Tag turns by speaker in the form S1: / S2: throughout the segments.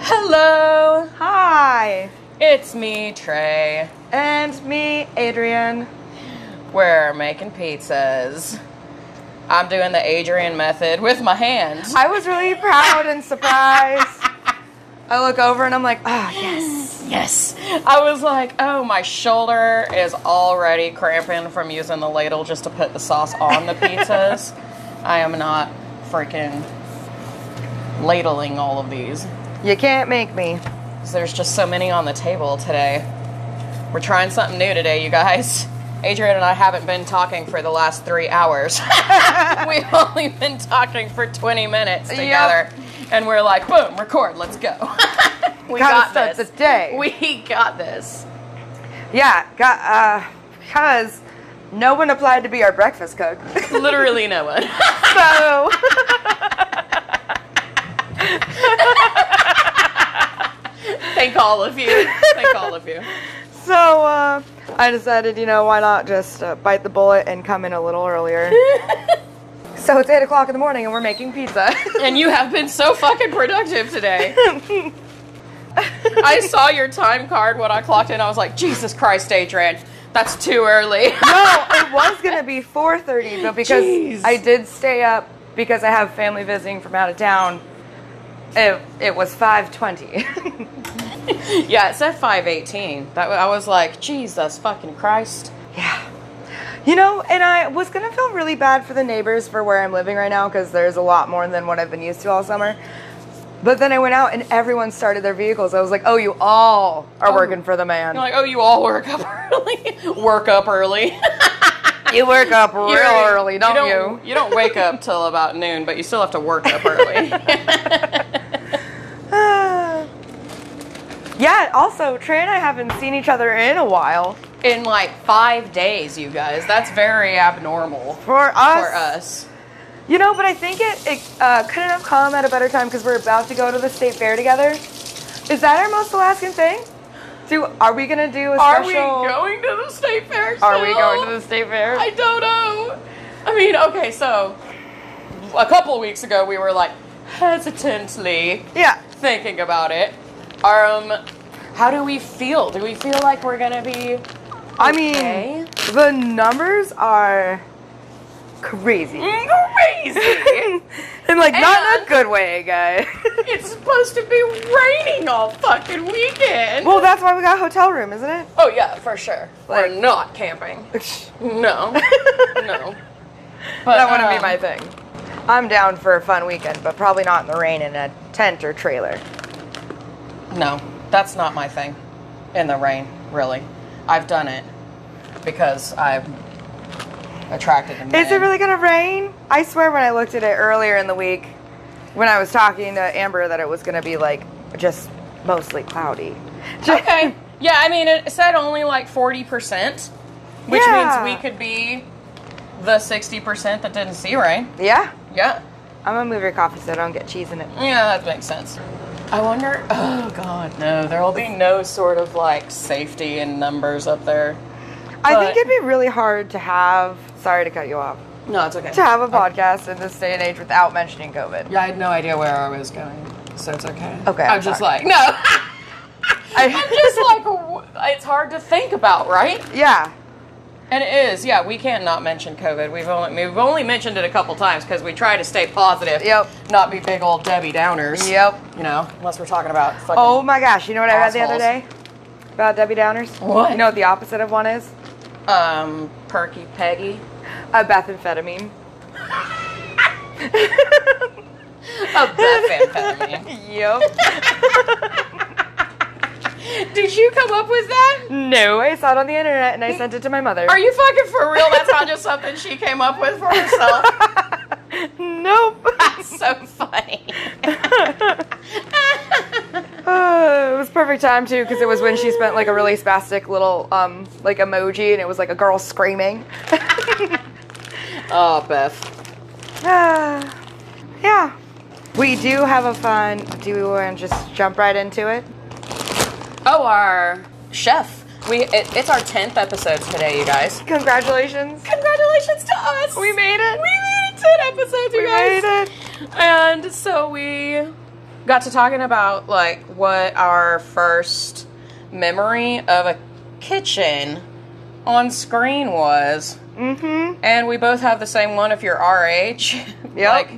S1: Hello,
S2: Hi,
S1: it's me, Trey.
S2: and me, Adrian.
S1: We're making pizzas. I'm doing the Adrian method with my hands.
S2: I was really proud and surprised. I look over and I'm like, ah, yes.
S1: Yes. I was like, oh, my shoulder is already cramping from using the ladle just to put the sauce on the pizzas. I am not freaking ladling all of these.
S2: You can't make me.
S1: 'Cause There's just so many on the table today. We're trying something new today, you guys. Adrian and I haven't been talking for the last three hours. We've only been talking for 20 minutes
S2: Yep.
S1: together. And we're like, boom, record, let's go. we
S2: Gotta
S1: got
S2: start
S1: this.
S2: the day.
S1: We got this.
S2: Yeah, got, uh, because no one applied to be our breakfast cook.
S1: Literally no one.
S2: so,
S1: Thank all of you. Thank all of you.
S2: so, uh, I decided, you know, why not just uh, bite the bullet and come in a little earlier. so it's 8 o'clock in the morning and we're making pizza.
S1: And you have been so fucking productive today. I saw your time card when I clocked in. I was like, Jesus Christ, Adrian, that's too early.
S2: no, it was gonna be 4:30, but because
S1: Jeez.
S2: I did stay up because I have family visiting from out of town, it, it was 5:20.
S1: yeah, it said 518. That wa- I was like, Jesus fucking Christ.
S2: yeah. You know, and I was gonna feel really bad for the neighbors for where I'm living right now because there's a lot more than what I've been used to all summer. But then I went out and everyone started their vehicles. I was like, "Oh, you all are working for the man.
S1: You're like, oh, you all work up early. work up early.
S2: you work up real
S1: You're-
S2: early, don't you?"
S1: you? don't wake up till about noon, but you still have to work up early.
S2: yeah, also, Trey and I haven't seen each other in a while.
S1: In like five days, you guys. That's very abnormal for
S2: For us.
S1: us.
S2: You know, but I think it, it uh, couldn't have come at a better time because we're about to go to the state fair together. Is that our most Alaskan thing? Do are we gonna do a
S1: Are we
S2: special?
S1: going to the state fair?
S2: Are we
S1: still?
S2: going to the state fair?
S1: I don't know. I mean, okay, so a couple weeks ago we were like hesitantly
S2: yeah.
S1: thinking about it. Um, how do we feel? Do we feel like we're gonna be?
S2: I mean,
S1: Okay.
S2: the numbers are crazy,
S1: Crazy!
S2: and like not
S1: Mm. And-
S2: in a
S1: uh,
S2: good way, guys.
S1: it's supposed to be raining all fucking weekend.
S2: well, that's why we got a hotel room, isn't it?
S1: oh yeah, for sure.
S2: Like-
S1: we're not camping. No, no. But,
S2: that wouldn't be
S1: um,
S2: my thing. I'm down for a fun weekend, but probably not in the rain in a tent or trailer.
S1: No, that's not my thing. In the rain, really. I've done it because I'm attracted to men.
S2: Is it really gonna rain? I swear when I looked at it earlier in the week, when I was talking to Amber, that it was gonna be like just mostly cloudy. Just-
S1: Okay. Yeah, I mean, it said only like 40%, which
S2: Yeah.
S1: means we could be the 60% that didn't see rain.
S2: Yeah.
S1: Yeah.
S2: I'm gonna move your coffee so I don't get cheese in it.
S1: Yeah, that makes sense. I wonder, oh god, no, there will be no sort of like safety in numbers up there.
S2: I
S1: But-
S2: think it'd be really hard to have. Sorry to cut you off.
S1: No, it's okay.
S2: To have a podcast in this day and age without mentioning COVID.
S1: Yeah, I had no idea where I was going, so it's okay.
S2: Okay,
S1: I'm
S2: I'm
S1: just
S2: sorry.
S1: like, no. I'm
S2: I,
S1: just like, w- it's hard to think about, right?
S2: yeah.
S1: And it is, yeah. We can't not mention COVID. We've only we've only mentioned it a couple times because we try to stay positive.
S2: Yep.
S1: Not be big old Debbie Downers.
S2: Yep.
S1: You know, unless we're talking about fucking.
S2: Oh my gosh! You know what I read the other day
S1: Assholes.
S2: about Debbie Downers?
S1: What?
S2: You know what the opposite of one is?
S1: Um, Perky Peggy.
S2: A methamphetamine.
S1: A methamphetamine.
S2: Yep.
S1: Did you come up with that?
S2: No, I saw it on the internet and I sent it to my mother.
S1: Are you fucking for real? That's not just something she came up with for herself.
S2: Nope.
S1: That's so funny.
S2: Uh, it was perfect time too because it was when she spent like a really spastic little um like emoji and it was like a girl screaming.
S1: Oh, Beth.
S2: Ah, yeah. We do have a fun. Do we want to just jump right into it?
S1: Oh, our chef. We it, it's our tenth episode today, you guys.
S2: Congratulations.
S1: Congratulations to us.
S2: We made it.
S1: We made it ten episodes, you
S2: We
S1: guys.
S2: made it.
S1: And so we got to talking about like what our first memory of a kitchen on screen was.
S2: Mm-hmm.
S1: And we both have the same one if you're RH.
S2: Yep.
S1: like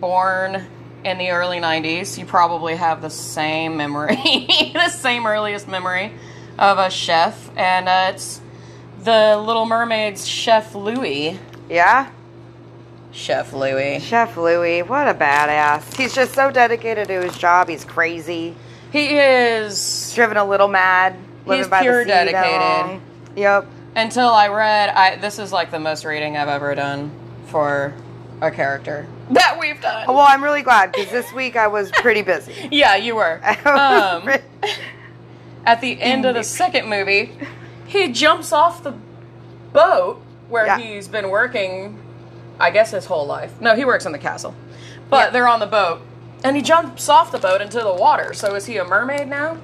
S1: born in the early 90s, you probably have the same memory, the same earliest memory of a chef. And uh, it's the Little Mermaid's Chef Louis.
S2: Yeah.
S1: Chef Louis.
S2: Chef Louis, what a badass. He's just so dedicated to his job. He's crazy.
S1: He is.
S2: He's driven a little mad. Living
S1: He's
S2: by
S1: pure
S2: the sea that
S1: dedicated.
S2: long. Yep.
S1: Until I read, I this is like the most reading I've ever done for a character that we've done.
S2: Well, I'm really glad because this week I was pretty busy.
S1: Yeah, you were.
S2: I was
S1: Um,
S2: pretty-
S1: at the end of the second movie, he jumps off the boat where
S2: Yeah.
S1: he's been working, I guess, his whole life. No, he works in the castle. But
S2: Yeah.
S1: they're on the boat, and he jumps off the boat into the water. So is he a mermaid now?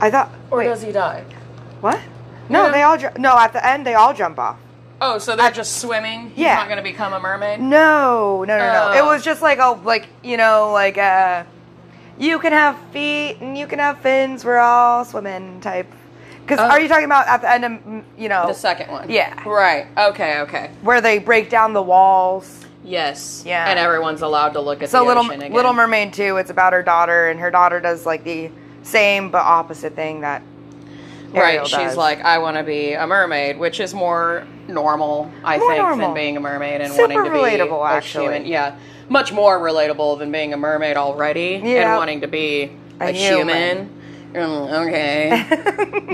S2: I thought.
S1: Or
S2: wait,
S1: does he die?
S2: what? No,
S1: Yeah.
S2: they all. Ju- no, at the end they all jump off.
S1: Oh, so they're just swimming? He's
S2: Yeah.
S1: not going to become a mermaid?
S2: No, no, no, no.
S1: Oh.
S2: It was just like oh, like you know, like uh, you can have feet and you can have fins. We're all swimming type. Because
S1: Oh.
S2: are you talking about at the end of mm, you know
S1: The second one.
S2: Yeah.
S1: Right. Okay, okay.
S2: where they break down the walls?
S1: Yes.
S2: Yeah.
S1: And everyone's allowed to look at
S2: So
S1: the
S2: little
S1: ocean again.
S2: Little Mermaid too. It's about her daughter, and her daughter does like the same but opposite thing that. Ariel
S1: right she's
S2: does.
S1: like i want to be a mermaid which is more normal i
S2: More
S1: think
S2: normal.
S1: than being a mermaid and
S2: Super
S1: wanting to be
S2: relatable,
S1: a
S2: actually.
S1: human yeah much more relatable than being a mermaid already
S2: Yeah.
S1: and wanting to be a,
S2: A human.
S1: human, Mm,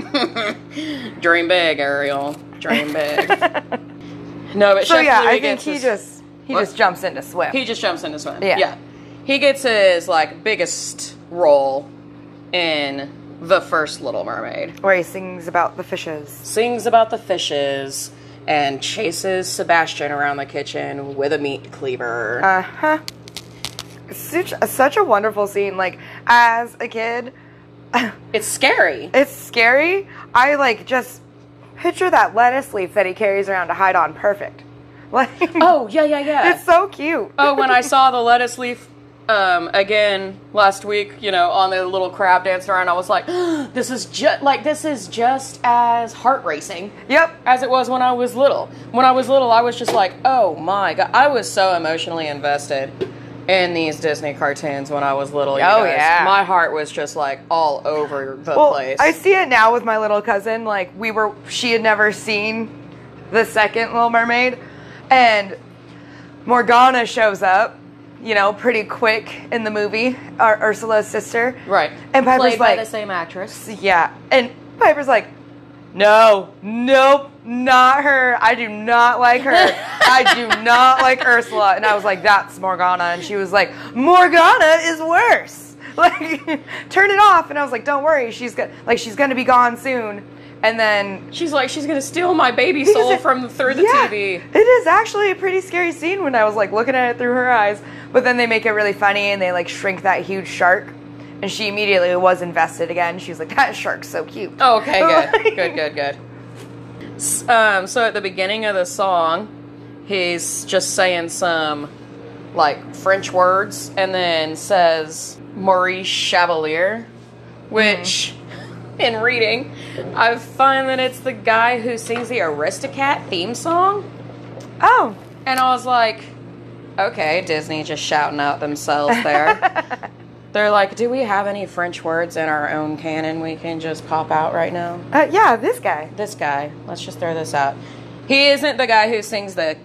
S1: okay dream big ariel dream big no but
S2: so
S1: Chef
S2: yeah,
S1: Louis
S2: I think
S1: gets
S2: he
S1: his-
S2: just he
S1: What?
S2: just jumps into swim.
S1: he just jumps into swim
S2: Yeah.
S1: he gets his like biggest role in the first little mermaid
S2: where he sings about the fishes.
S1: sings about the fishes and chases Sebastian around the kitchen with a meat cleaver.
S2: Uh huh. Such such a wonderful scene. Like as a kid,
S1: it's scary.
S2: it's scary. I like just picture that lettuce leaf that he carries around to hide on. Perfect. Like
S1: Oh, yeah, yeah, yeah.
S2: it's so cute.
S1: oh, when I saw the lettuce leaf um, again last week, you know, on the little crab dancing around, I was like, this is just like this is just as heart racing
S2: Yep.
S1: as it was when I was little. When I was little, I was just like, oh my god, I was so emotionally invested in these Disney cartoons when I was little. you
S2: Oh,
S1: guys.
S2: yeah.
S1: my heart was just like all over the
S2: Well,
S1: place.
S2: I see it now with my little cousin. Like we were, she had never seen the second Little Mermaid, and Morgana shows up, you know, pretty quick in the movie. Our Ursula's sister,
S1: Right.
S2: And Piper's
S1: Played by
S2: like-
S1: the same actress.
S2: Yeah, and Piper's like, no, nope, not her. I do not like her. I do not like Ursula. And I was like, that's Morgana, and she was like, Morgana is worse. Like, turn it off. And I was like, don't worry, she's gonna like she's gonna be gone soon. And then
S1: She's like, she's gonna steal my baby soul from through the
S2: Yeah,
S1: TV.
S2: It is actually a pretty scary scene when I was like looking at it through her eyes. But then they make it really funny and they like shrink that huge shark. And she immediately was invested again. She was like, that shark's so cute.
S1: Oh, okay, good, good, good, good. S- Um, so at the beginning of the song, he's just saying some like French words, and then says Maurice Chevalier, which in reading, I find that it's the guy who sings the Aristocat theme song.
S2: Oh,
S1: And I was like, okay, Disney just shouting out themselves there. They're like, do we have any French words in our own canon we can just pop out right now?
S2: uh, yeah, this guy.
S1: This guy, let's just throw this out. He isn't the guy who sings the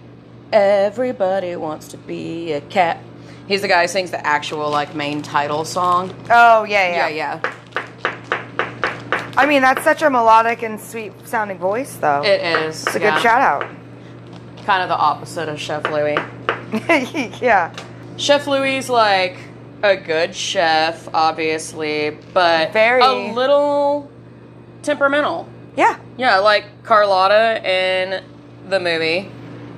S1: Everybody Wants to Be a Cat. He's the guy who sings the actual, like, main title song.
S2: Oh, yeah, yeah.
S1: yeah.
S2: I mean, that's such a melodic and sweet sounding voice, though.
S1: It is.
S2: it's a good shout out.
S1: Kind of the opposite of Chef Louis.
S2: yeah.
S1: Chef Louis like a good chef, obviously, but
S2: Very.
S1: a little temperamental.
S2: Yeah.
S1: Yeah, like Carlotta in the movie,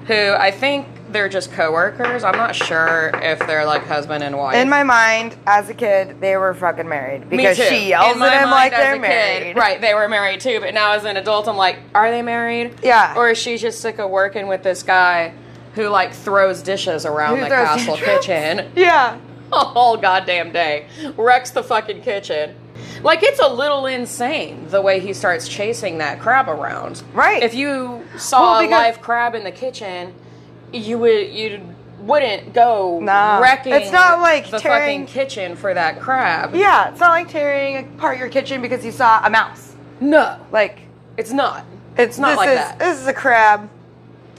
S1: who I think they're just coworkers. I'm not sure if they're like husband and wife.
S2: In my mind, as a kid, they were fucking married
S1: Me
S2: because
S1: too.
S2: she yells
S1: In my
S2: at him
S1: mind,
S2: like
S1: as
S2: they're
S1: a kid,
S2: married.
S1: right, they were married too, but now as an adult, I'm like, are they married?
S2: Yeah.
S1: Or is she just sick of working with this guy who like throws dishes around
S2: Who
S1: the
S2: throws
S1: castle
S2: tantrums?
S1: kitchen?
S2: Yeah.
S1: all goddamn day. Wrecks the fucking kitchen. Like it's a little insane the way he starts chasing that crab around.
S2: Right.
S1: If you saw
S2: Well,
S1: a
S2: because-
S1: live crab in the kitchen, you would you wouldn't go
S2: Nah.
S1: wrecking.
S2: It's not like
S1: the fucking
S2: tearing-
S1: kitchen for that crab.
S2: Yeah, it's not like tearing apart your kitchen because you saw a mouse.
S1: No,
S2: Like
S1: it's not.
S2: it's
S1: not
S2: this
S1: like
S2: is,
S1: that.
S2: This is a crab.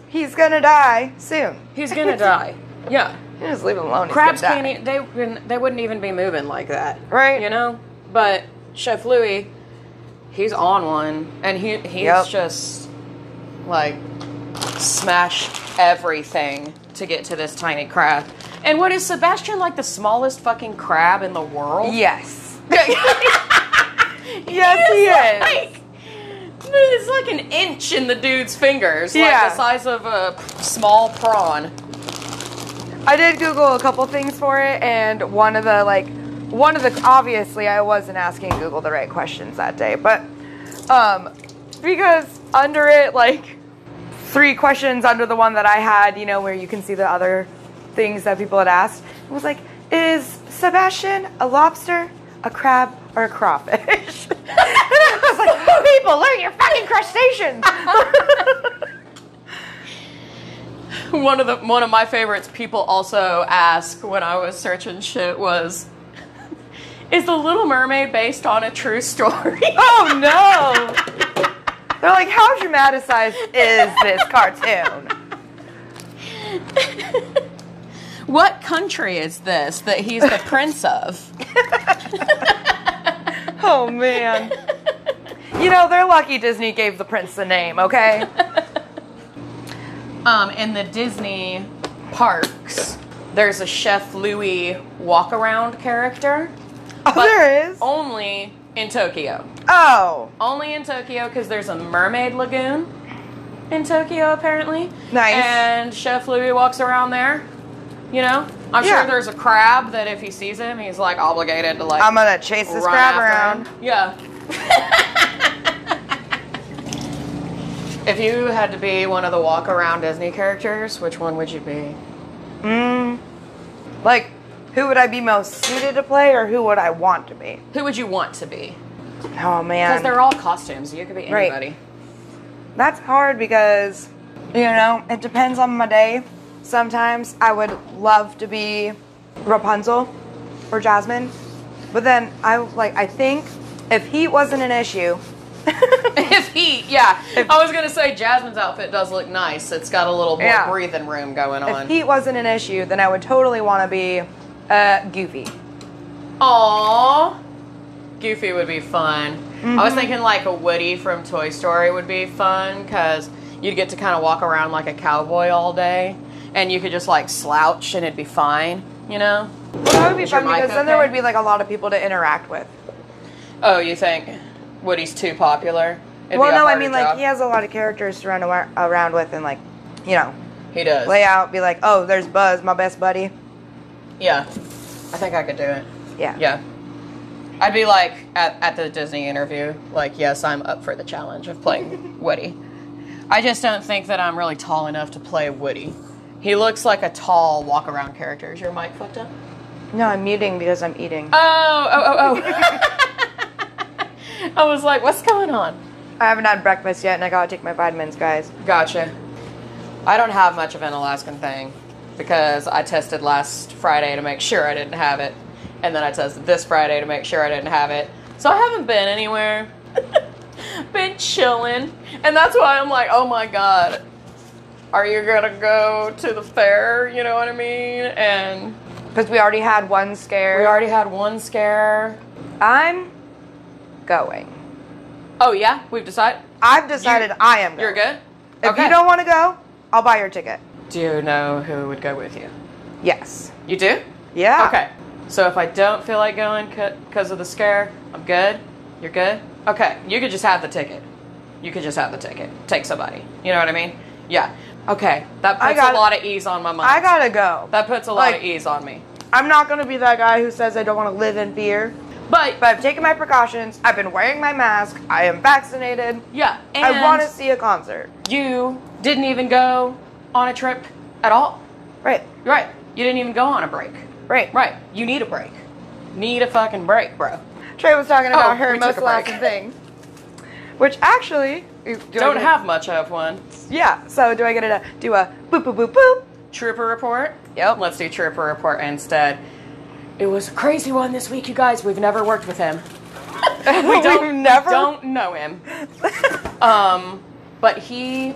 S2: He's gonna die soon.
S1: He's gonna die. Yeah.
S2: You just leave him alone. he's
S1: crabs
S2: gonna die.
S1: can't e- they wouldn't- they wouldn't even be moving like that
S2: Right.
S1: you know but chef louis he's on one and he he's
S2: Yep.
S1: just like smash everything to get to this tiny crab and what is sebastian like the smallest fucking crab in the world
S2: Yes. yes, he is.
S1: like it's like an inch in the dude's fingers
S2: Yeah.
S1: like the size of a small prawn
S2: I did Google a couple things for it, and one of the like, one of the obviously I wasn't asking Google the right questions that day, but um, because under it like three questions under the one that I had, you know, where you can see the other things that people had asked, it was like, is Sebastian a lobster, a crab, or a crawfish? and I was like, people, learn your fucking crustaceans.
S1: One of the one of my favorites people also ask when I was searching shit was Is the Little Mermaid based on a true story?
S2: Oh no! They're like, how dramatized is this cartoon?
S1: what country is this that he's the prince of?
S2: Oh man. You know, they're lucky Disney gave the prince the name, okay?
S1: Um, in the Disney parks, there's a Chef Louis walk around character.
S2: Oh, there is.
S1: Only in Tokyo.
S2: Oh,
S1: only in Tokyo because there's a mermaid lagoon in Tokyo apparently.
S2: Nice.
S1: And Chef Louis walks around there. You know, I'm
S2: Yeah.
S1: sure there's a crab that if he sees him, he's like obligated to like
S2: I'm gonna chase this
S1: run
S2: crab
S1: after
S2: around.
S1: him. Yeah. if you had to be one of the walk around Disney characters, which one would you be?
S2: Mm. Like, who would I be most suited to play, or who would I want to be?
S1: Who would you want to be?
S2: Oh
S1: Because
S2: man,
S1: they're all costumes. You could be
S2: Right.
S1: anybody.
S2: that's hard because, you know, it depends on my day. Sometimes I would love to be Rapunzel or Jasmine, but then I like I think if heat wasn't an issue,
S1: If he, yeah. I was gonna say Jasmine's outfit does look nice. It's got a little more
S2: Yeah.
S1: breathing room going
S2: if
S1: on.
S2: heat wasn't an issue, then I would totally want to be uh, Goofy.
S1: Aww, Goofy would be fun. I
S2: Mm-hmm.
S1: was thinking like a Woody from Toy Story would be fun because you'd get to kind of walk around like a cowboy all day, and you could just like slouch and it'd be fine, you know?
S2: Well, that would be
S1: Is your
S2: fun
S1: mic
S2: because then there
S1: okay?
S2: would be like a lot of people to interact with.
S1: Oh, you think Woody's too popular? It'd
S2: well,
S1: be a
S2: no, I
S1: harder
S2: mean like
S1: job.
S2: he has a lot of characters to run awa- around with and like, you know,
S1: he does.
S2: lay out, be like, oh, there's Buzz, my best buddy.
S1: Yeah, I think I could do it.
S2: Yeah.
S1: Yeah. I'd be like at, at the Disney interview, like, yes, I'm up for the challenge of playing Woody. I just don't think that I'm really tall enough to play Woody. He looks like a tall walk around character. Is your mic fucked up?
S2: No, I'm muting because I'm eating.
S1: Oh, oh, oh, oh. I was like, what's going on?
S2: I haven't had breakfast yet, and I gotta take my vitamins, guys.
S1: Gotcha. I don't have much of an Alaskan thing because I tested last Friday to make sure I didn't have it, and then I tested this Friday to make sure I didn't have it. So I haven't been anywhere. been chilling, and that's why I'm like, oh my god, are you gonna go to the fair? You know what I mean? And
S2: Because we already had one scare.
S1: we already had one scare.
S2: I'm going.
S1: Oh yeah, we've decided.
S2: I've decided I am going.
S1: You're good.
S2: If you don't want to go, I'll buy your ticket.
S1: do you know who would go with you?
S2: Yes.
S1: You do.
S2: Yeah.
S1: Okay. So if I don't feel like going because of the scare, I'm good. You're good. Okay. You could just have the ticket. You could just have the ticket. Take somebody. You know what I mean? Yeah. Okay. That
S2: I
S1: puts
S2: got
S1: a
S2: it.
S1: lot of ease on my mind.
S2: I gotta go.
S1: that puts a lot
S2: like-
S1: of ease on me.
S2: I'm not gonna be that guy who says I don't want to live in fear.
S1: But,
S2: But I've taken my precautions. I've been wearing my mask. I am vaccinated.
S1: yeah, and
S2: I want to see a concert.
S1: you didn't even go on a trip at all.
S2: Right.
S1: Right. You didn't even go on a break.
S2: Right.
S1: Right. You need a break. Need a fucking break, bro.
S2: Trey was talking about
S1: Oh,
S2: her
S1: we took
S2: most
S1: a
S2: lasting
S1: break.
S2: thing, which actually do I
S1: Don't
S2: get-
S1: have much of one.
S2: Yeah. So do I get to do a boop boop boop boop?
S1: Trooper report.
S2: Yep.
S1: Let's do trooper report instead. It was a crazy one this week, you guys. We've never worked with him.
S2: We never.
S1: don't know him. um, but he,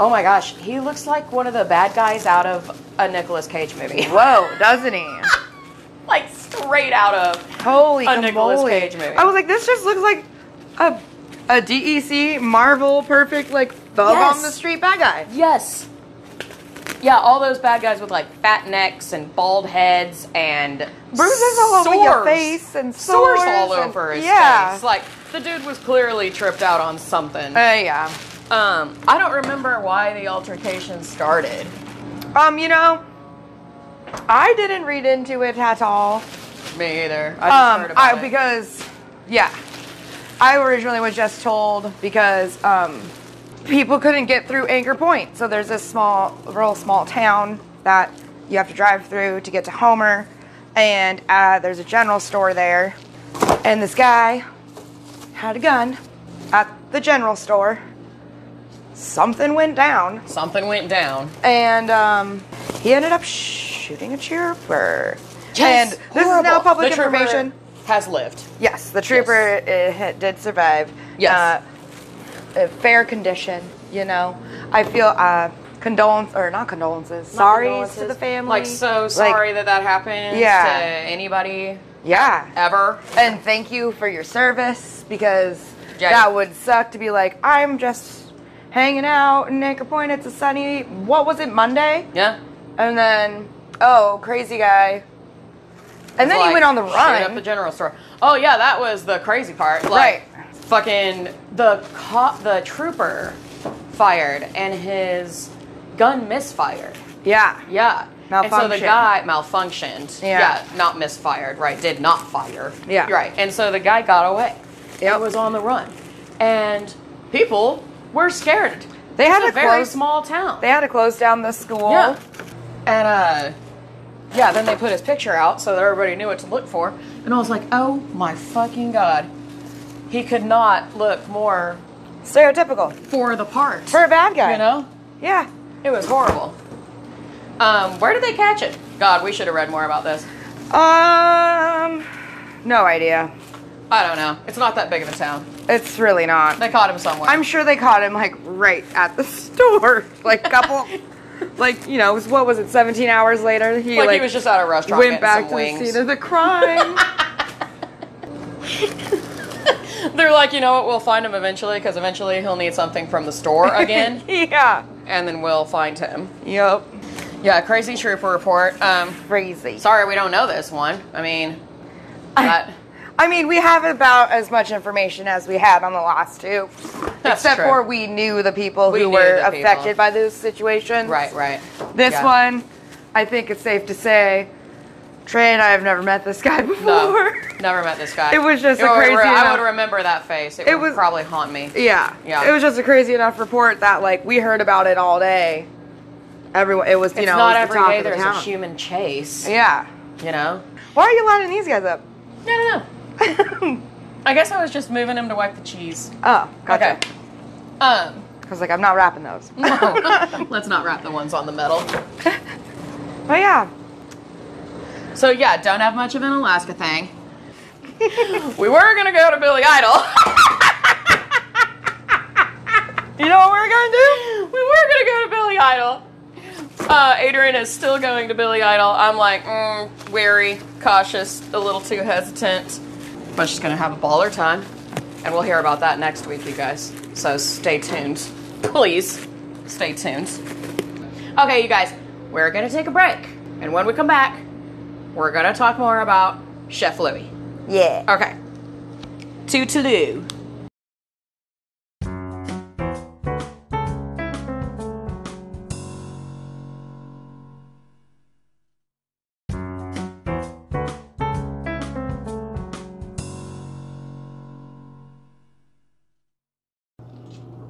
S1: oh my gosh, he looks like one of the bad guys out of a Nicolas Cage movie,
S2: Whoa, doesn't he?
S1: like straight out of.
S2: Holy
S1: A Nicolas
S2: guacamole.
S1: Cage movie.
S2: I was like, this just looks like a a DEC Marvel perfect like thug
S1: Yes.
S2: on the street bad guy.
S1: Yes. Yeah, all those bad guys with like fat necks and bald heads and
S2: Bruises all over your
S1: sores.
S2: face and
S1: sores
S2: sores
S1: all
S2: and-
S1: over his
S2: yeah.
S1: face. Like the dude was clearly tripped out on something.
S2: Uh, yeah.
S1: Um, I don't remember why the altercation started.
S2: Um, you know, I didn't read into it at all.
S1: Me either. I just
S2: Um,
S1: heard about
S2: I,
S1: it.
S2: because, yeah, I originally was just told because um, people couldn't get through Anchor Point. So there's this small, real small town that you have to drive through to get to Homer, and uh, there's a general store there, and this guy had a gun at the general store. Something went down
S1: something went down.
S2: and um, he ended up shooting a trooper. and this is now
S1: Horrible.
S2: public
S1: The trooper
S2: information.
S1: has lived.
S2: Yes, the trooper uh, did survive.
S1: Yes.
S2: Uh, uh, fair condition, you know. I feel uh, condolence or not condolences. sorry to the
S1: Condolences.
S2: family.
S1: Like so
S2: Like,
S1: sorry that that happened.
S2: Yeah.
S1: To anybody
S2: yeah.
S1: ever.
S2: and thank you for your service because
S1: Yeah.
S2: that would suck to be like I'm just hanging out in Anchor Point. It's a sunny. What was it Monday?
S1: Yeah.
S2: And then, oh, crazy guy. And then he
S1: Like,
S2: went on the
S1: shoot Up
S2: run.
S1: the general store. Oh yeah, that was the crazy part. Like,
S2: Right.
S1: Fucking the cop, the trooper, fired, and his gun misfired.
S2: yeah.
S1: Yeah. And so
S2: Malfunction.
S1: the guy malfunctioned.
S2: Yeah.
S1: Not misfired, right? Did not fire.
S2: Yeah.
S1: Right. And so the guy got away.
S2: Yep.
S1: It was on the run. And people were scared.
S2: They
S1: It's
S2: had
S1: a
S2: to
S1: very
S2: close-
S1: small town.
S2: They had to close down the school.
S1: yeah. And uh yeah, then they put his picture out so that everybody knew what to look for. And I was like, oh my fucking god. He could not look more
S2: Stereotypical.
S1: for the part.
S2: For a bad guy.
S1: you know?
S2: Yeah.
S1: It was horrible. Um, where did they catch it? God, we should have read more about this.
S2: Um, no idea.
S1: I don't know. It's not that big of a town.
S2: It's really not.
S1: They caught him somewhere.
S2: I'm sure they caught him like right at the store. Like couple, like, you know, it was, what was it, 17 hours later? He
S1: like, he was just at a restaurant
S2: went
S1: getting
S2: back
S1: some
S2: to
S1: wings.
S2: the scene of the crime.
S1: They're like, you know what? We'll find him eventually because eventually he'll need something from the store again,
S2: yeah.
S1: and then we'll find him.
S2: Yep.
S1: Yeah, crazy trooper report. Um,
S2: Crazy.
S1: sorry, we don't know this one. I mean, that,
S2: I mean, we have about as much information as we had on the last two,
S1: That's
S2: except
S1: true.
S2: for we knew the people
S1: We
S2: who
S1: knew
S2: were
S1: the people.
S2: affected by those situations.
S1: right, right.
S2: This
S1: Yeah.
S2: one, I think it's safe to say, Trey and I have never met this guy before.
S1: No, never met this guy.
S2: It was just a
S1: would-
S2: crazy
S1: I
S2: enough-
S1: would remember that face. It,
S2: It
S1: would
S2: was-
S1: probably haunt me.
S2: yeah.
S1: Yeah.
S2: It was just a crazy enough report that like we heard about it all day. Everyone, it was you
S1: it's
S2: know,
S1: not
S2: it was
S1: every
S2: the top
S1: day
S2: of the
S1: there's a
S2: town.
S1: human chase.
S2: Yeah.
S1: You know?
S2: Why are you lining these guys up?
S1: No, no, no. I guess I was just moving him to wipe the cheese.
S2: oh, gotcha.
S1: Okay. Um,
S2: I was like, I'm not wrapping those.
S1: no, let's not wrap the ones on the metal.
S2: But yeah,
S1: So yeah, don't have much of an Alaska thing. we were gonna go to Billy Idol.
S2: you know what we're gonna do?
S1: we were gonna go to Billy Idol. Uh, Adrian is still going to Billy Idol. I'm like, mm, wary, cautious, a little too hesitant. But she's gonna have a baller time, and we'll hear about that next week, you guys. So stay tuned, please. Stay tuned. Okay, you guys, we're gonna take a break, and when we come back, we're gonna talk more about Chef Louie.
S2: Yeah.
S1: Okay. Two to do.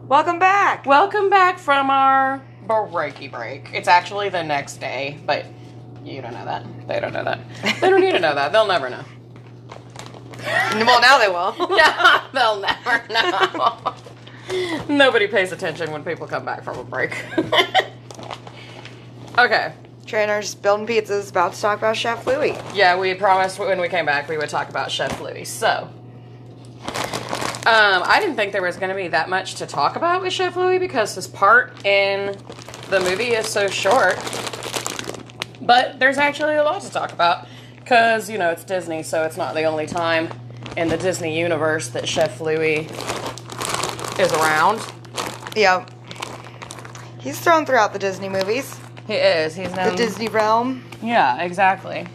S2: Welcome back.
S1: Welcome back from our breaky break. It's actually the next day, but You don't know that. They don't know that. They don't need to know that. They'll never know.
S2: well, now they will.
S1: Yeah, they'll never know. Nobody pays attention when people come back from a break. okay.
S2: Trainers building pizzas. About to talk about Chef Louie.
S1: Yeah, we promised when we came back we would talk about Chef Louis. So, um, I didn't think there was going to be that much to talk about with Chef Louis because his part in the movie is so short. But there's actually a lot to talk about because, you know, it's Disney, so it's not the only time in the Disney universe that Chef Louis is around.
S2: Yeah. He's thrown throughout the Disney movies,
S1: He is. He's
S2: the
S1: known.
S2: Disney realm.
S1: Yeah, exactly.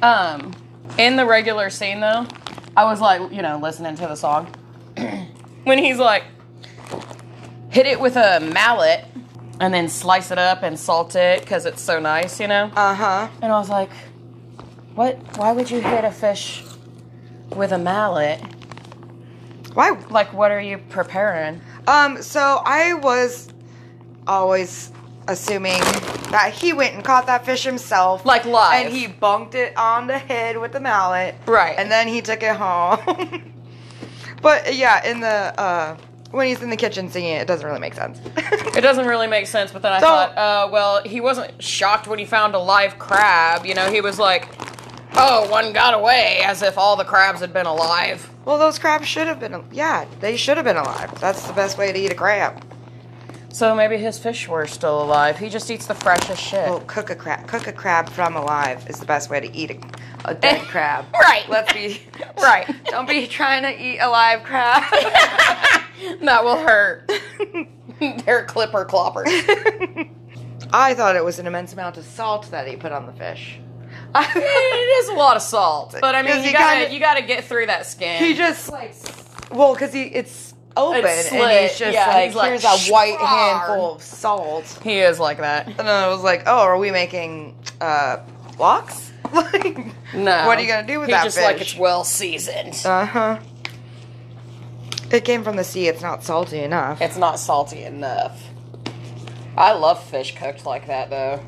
S1: Um, in the regular scene though, I was like, you know, listening to the song when he's like, hit it with a mallet and then slice it up and salt it because it's so nice, you know.
S2: Uh huh.
S1: And I was like, what? Why would you hit a fish with a mallet?
S2: Why
S1: Like, what are you preparing?
S2: Um, so I was always assuming that he went and caught that fish himself.
S1: Like live.
S2: And he bunked it on the head with the mallet.
S1: Right.
S2: And then he took it home. but yeah, in the uh when he's in the kitchen singing it, it doesn't really make sense.
S1: It doesn't really make sense, but then I
S2: So-
S1: thought, uh, well, he wasn't shocked when he found a live crab. You know, he was like, oh, one got away, as if all the crabs had been alive.
S2: well, those crabs should have been yeah, they should have been alive. That's the best way to eat a crab.
S1: So maybe his fish were still alive. He just eats the freshest shit.
S2: Well, cook a crab cook a crab from alive is the best way to eat a, a dead crab.
S1: Right.
S2: Let's be
S1: Right.
S2: Don't be trying to eat a live crab.
S1: that will hurt. They're clipper cloppers.
S2: I thought it was an immense amount of salt that he put on the fish.
S1: it is a lot of salt, but I mean,
S2: 'Cause
S1: you
S2: he
S1: gotta
S2: kinda-
S1: you gotta get through that skin.
S2: he just like, well, because he it's open
S1: It's
S2: and he's
S1: slit,
S2: just
S1: yeah,
S2: like,
S1: he's like,
S2: here's a white
S1: "Shrar."
S2: handful of salt,
S1: he is like that.
S2: and I was like, oh, are we making uh, blocks? like,
S1: No,
S2: what are you gonna do with
S1: He's
S2: that
S1: just
S2: fish?
S1: like it's well seasoned.
S2: uh huh. It came from the sea. It's not salty enough.
S1: It's not salty enough. I love fish cooked like that though.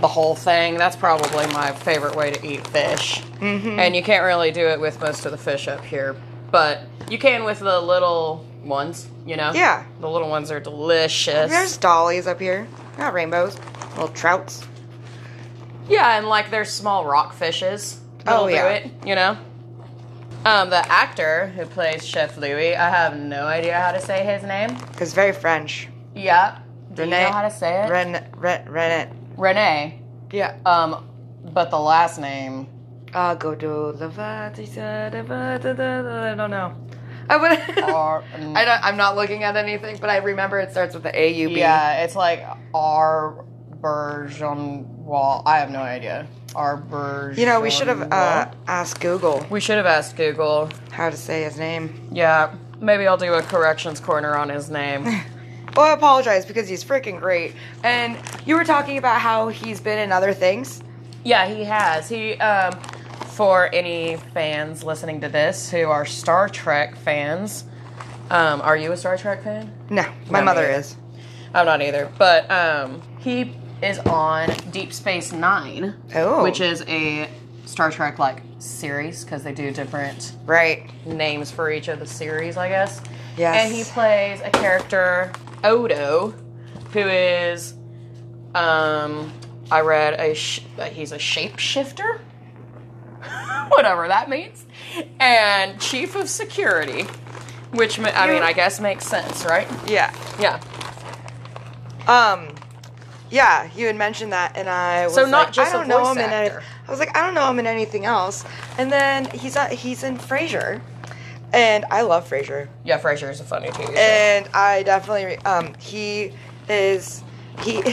S1: The whole thing, that's probably my favorite way to eat fish. Mm-hmm. And you can't really do it with most of the fish up here, but you can with the little ones, you know?
S2: Yeah.
S1: The little ones are delicious.
S2: There's dollies up here, not rainbows, little trouts.
S1: yeah, and like there's small rock fishes.
S2: Oh,
S1: that'll
S2: yeah.
S1: Do it, you know? Um, the actor who plays Chef Louis, I have no idea how to say his name.
S2: It's very French.
S1: Yeah. Do
S2: Renee.
S1: you know how to say it?
S2: Ren, Ren, Renet.
S1: Renee.
S2: Yeah.
S1: Um, but the last name,
S2: Uh, go to the Vatican, the Vatican, I don't know. I would.
S1: R,
S2: I don't. I'm not looking at anything, but I remember it starts with the A U B.
S1: yeah, it's like Arbergenwall. I have no idea. Arbergenwall.
S2: You know, we should have uh, asked Google
S1: we should have asked Google.
S2: how to say his name.
S1: Yeah, maybe I'll do a corrections corner on his name.
S2: Well, I apologize because he's freaking great. And you were talking about how he's been in other things.
S1: yeah, he has. He um, for any fans listening to this who are Star Trek fans, um, are you a Star Trek fan?
S2: No, my
S1: Not
S2: mother
S1: me.
S2: is.
S1: I'm not either, but um, he is on Deep Space Nine,
S2: Oh.
S1: which is a Star Trek like series because they do different
S2: Right.
S1: names for each of the series, I guess.
S2: Yes.
S1: And he plays a character Odo, who is, um, I read a sh- that he's a shapeshifter, whatever that means, and chief of security, which ma- I mean I guess makes sense, right?
S2: Yeah.
S1: Yeah.
S2: Um. Yeah, you had mentioned that, and I was
S1: So not
S2: like,
S1: just
S2: I
S1: a
S2: don't know
S1: voice
S2: him in any-
S1: actor.
S2: I was like, I don't know him in anything else. And then he's uh, he's in Frasier, and I love Frasier,
S1: Yeah, Frasier is a funny TV show.
S2: and I definitely um he is he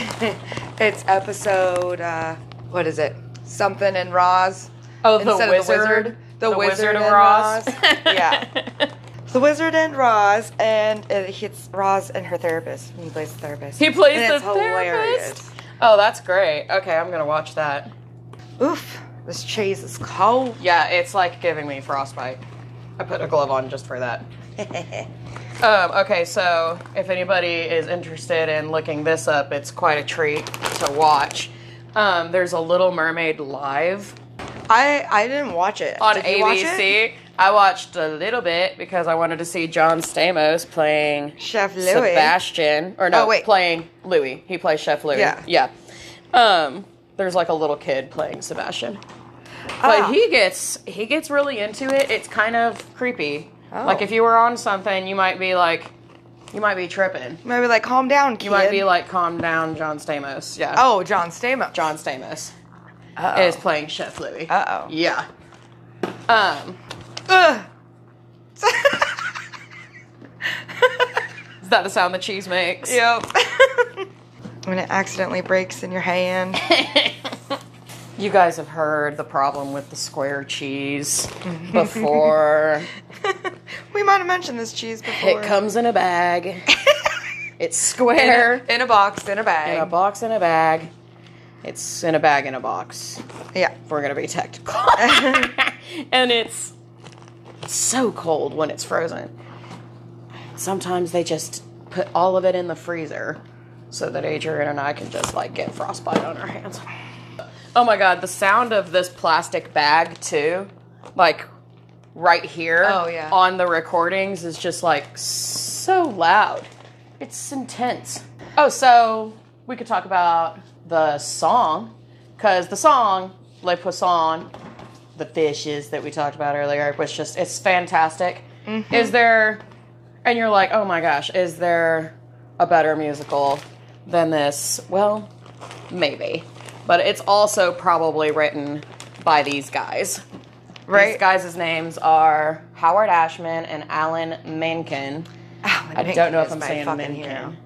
S2: it's episode uh what is it something in Roz
S1: Oh, the
S2: instead of
S1: wizard.
S2: the wizard the, wizard,
S1: of
S2: and
S1: Roz.
S2: yeah the wizard and Roz and it hits Roz and her therapist he plays the therapist
S1: he plays
S2: And
S1: the
S2: it's hilarious.
S1: therapist. Oh, that's great. Okay, I'm gonna watch that.
S2: Oof, this cheese is cold.
S1: Yeah, it's like giving me frostbite. I put a glove on just for that. Um, okay, so if anybody is interested in looking this up, it's quite a treat to watch. Um, there's a Little Mermaid live
S2: I I didn't watch it
S1: on
S2: Did you watch it?
S1: ABC. I watched a little bit because I wanted to see John Stamos playing
S2: Chef Louis.
S1: Sebastian, or no,
S2: Oh, wait.
S1: playing Louis. He plays Chef Louis.
S2: Yeah.
S1: yeah. Um, there's like a little kid playing Sebastian, but
S2: Ah.
S1: he gets he gets really into it. It's kind of creepy.
S2: Oh.
S1: Like if you were on something, you might be like, you might be tripping.
S2: Maybe like calm down, kid.
S1: You might be like, calm down, John Stamos. Yeah.
S2: oh, John Stamos.
S1: John Stamos
S2: Uh-oh.
S1: is playing Chef Louis.
S2: Uh-oh.
S1: Yeah. Um,
S2: Ugh.
S1: is that the sound the cheese makes?
S2: yep. when it accidentally breaks in your hand.
S1: You guys have heard the problem with the square cheese before.
S2: we might have mentioned this cheese before.
S1: it comes in a bag. It's
S2: in
S1: square.
S2: a, in a box, in a
S1: In a
S2: bag.
S1: box in a bag. It's in a bag in a box.
S2: yeah.
S1: If we're gonna be technical. and it's so cold when it's frozen. Sometimes they just put all of it in the freezer so that Adrian and I can just like get frostbite on our hands. Oh my god, the sound of this plastic bag too, like right here
S2: Oh, yeah.
S1: on the recordings is just like so loud. It's intense. Oh, so we could talk about the song because the song Le Poisson, the fishes that we talked about earlier, was just it's fantastic. Is there? And you're like, oh my gosh, is there a better musical than this? Well, maybe, but it's also probably written by these guys. These
S2: Right.
S1: guys' names are Howard Ashman and Alan Menken.
S2: Oh, and
S1: I
S2: Minkin
S1: don't know if
S2: is
S1: I'm
S2: my
S1: saying
S2: fucking
S1: Menken.
S2: hero.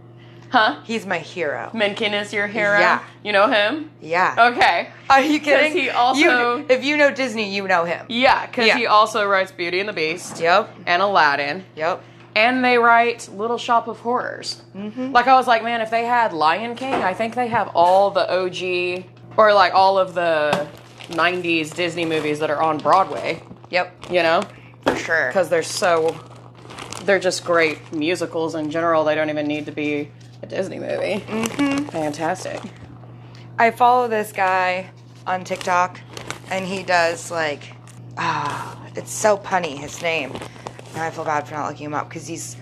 S1: Huh?
S2: He's my hero.
S1: Menken is your hero?
S2: Yeah.
S1: You know him?
S2: Yeah.
S1: Okay.
S2: Are you kidding?
S1: he also-
S2: You- if you know Disney, you know him.
S1: Yeah, because
S2: Yeah.
S1: he also writes Beauty and the Beast
S2: Yep.
S1: and Aladdin.
S2: Yep.
S1: And they write Little Shop of Horrors.
S2: Mm-hmm.
S1: Like, I was like, man, if they had Lion King, I think they have all the OG or like all of the 90s Disney movies that are on Broadway,
S2: Yep.
S1: you know?
S2: For sure.
S1: because they're so they're just great musicals in general they don't even need to be a disney movie mm-hmm. fantastic
S2: I follow this guy on TikTok, and he does like, ah, it's so punny his name. Now I feel bad for not looking him up because he's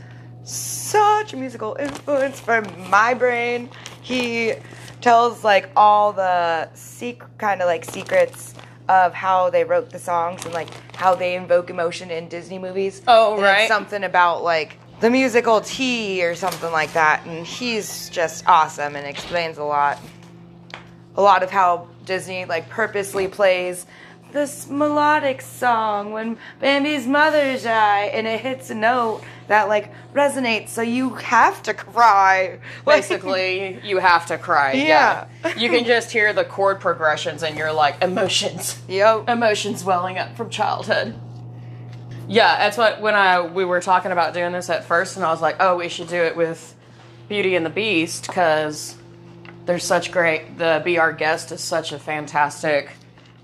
S2: such a musical influence for my brain. He tells like all the sec- kind of like secrets of how they wrote the songs and like how they invoke emotion in Disney movies.
S1: Oh,
S2: And it's
S1: right.
S2: something about like the musical T or something like that, and he's just awesome and explains a lot a lot of how Disney like purposely plays this melodic song when Bambi's mother die and it hits a note that like resonates so you have to cry. Like-
S1: basically you have to cry yeah,
S2: Yeah.
S1: you can just hear the chord progressions and you're like emotions
S2: Yep.
S1: emotions welling up from childhood yeah that's what when i we were talking about doing this at first and i was like oh we should do it with beauty and the beast because they're such great the be our guest is such a fantastic